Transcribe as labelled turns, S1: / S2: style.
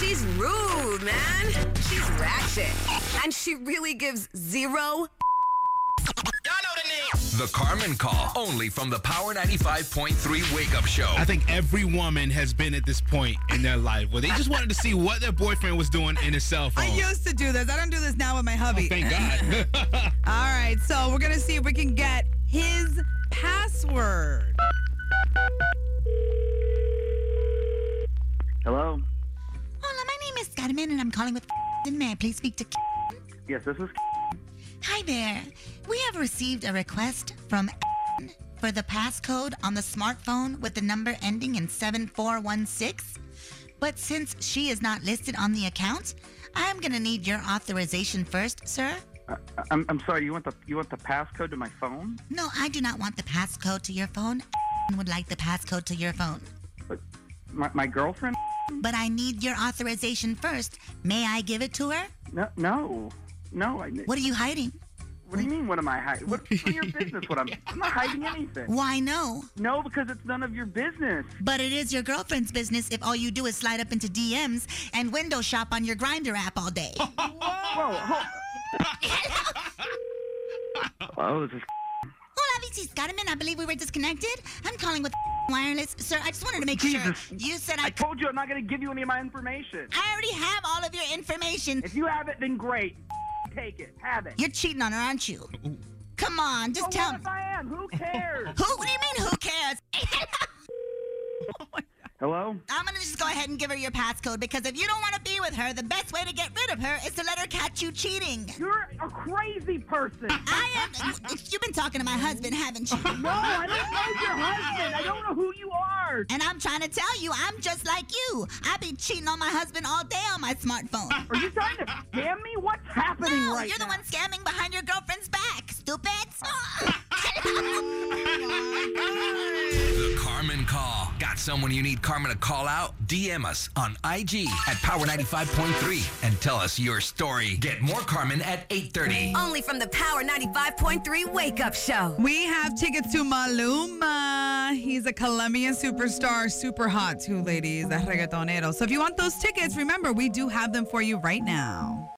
S1: She's rude, man. She's ratchet. And she really gives zero.
S2: The Carmen Call, only from the Power 95.3 Wake Up Show.
S3: I think every woman has been at this point in their life where they just wanted to see what their boyfriend was doing in his cell phone.
S4: I used to do this. I don't do this now with my hubby.
S3: Thank God.
S4: All right, so we're gonna see if we can get his password.
S5: Hello.
S6: Hola, my name is Carmen, and I'm calling with and may I please speak to
S5: Yes, this is.
S6: Hi there. We have received a request from for the passcode on the smartphone with the number ending in 7416. But since she is not listed on the account, I'm going to need your authorization first, sir.
S5: I- I'm, I'm sorry. You want the you want the passcode to my phone?
S6: No, I do not want the passcode to your phone. would like the passcode to your phone.
S5: But my, my girlfriend?
S6: But I need your authorization first. May I give it to her?
S5: No, no, no. I, what,
S6: What are you hiding?
S5: do you mean? What am I hiding? What, it's none of your business? What I'm? I'm not hiding anything.
S6: Why no?
S5: No, because it's none of your business.
S6: But it is your girlfriend's business if all you do is slide up into DMs and window shop on your grinder app all day.
S5: Whoa. Hold. oh, this is.
S6: Hola, this is Carmen. I believe we were disconnected. I'm calling with wireless. Sir, I just wanted to make
S5: Jesus.
S6: sure you said
S5: I
S6: I, c-
S5: told you I'm not going to give you any of my information.
S6: I already have all of your information.
S5: If you have it, then great. Take it. Have it.
S6: You're cheating on her, aren't you? Come on, just
S5: But
S6: tell
S5: what
S6: me.
S5: if I am? Who cares?
S6: Who? What do you mean, who cares?
S5: Hello.
S6: I'm gonna just go ahead and give her your passcode because if you don't want to be with her, the best way to get rid of her is to let her catch you cheating.
S5: You're a crazy person.
S6: I am. You've been talking to my husband, haven't you?
S5: No, I don't know your husband. I don't know who you are.
S6: And I'm trying to tell you, I'm just like you. I be cheating on my husband all day on my smartphone.
S5: Are you trying to scam me? What's happening
S6: No,
S5: right
S6: you're
S5: now?
S6: the one scamming behind your girlfriend's back, stupid.
S2: The Carmen Call. Got someone you need Carmen to call out? DM us on IG at Power 95.3 and tell us your story. Get more Carmen at 8.30.
S1: Only from the Power 95.3 Wake Up Show.
S4: We have tickets to Maluma. He's a Colombian superstar, super hot too, ladies. A reggaetonero. So if you want those tickets, remember we do have them for you right now.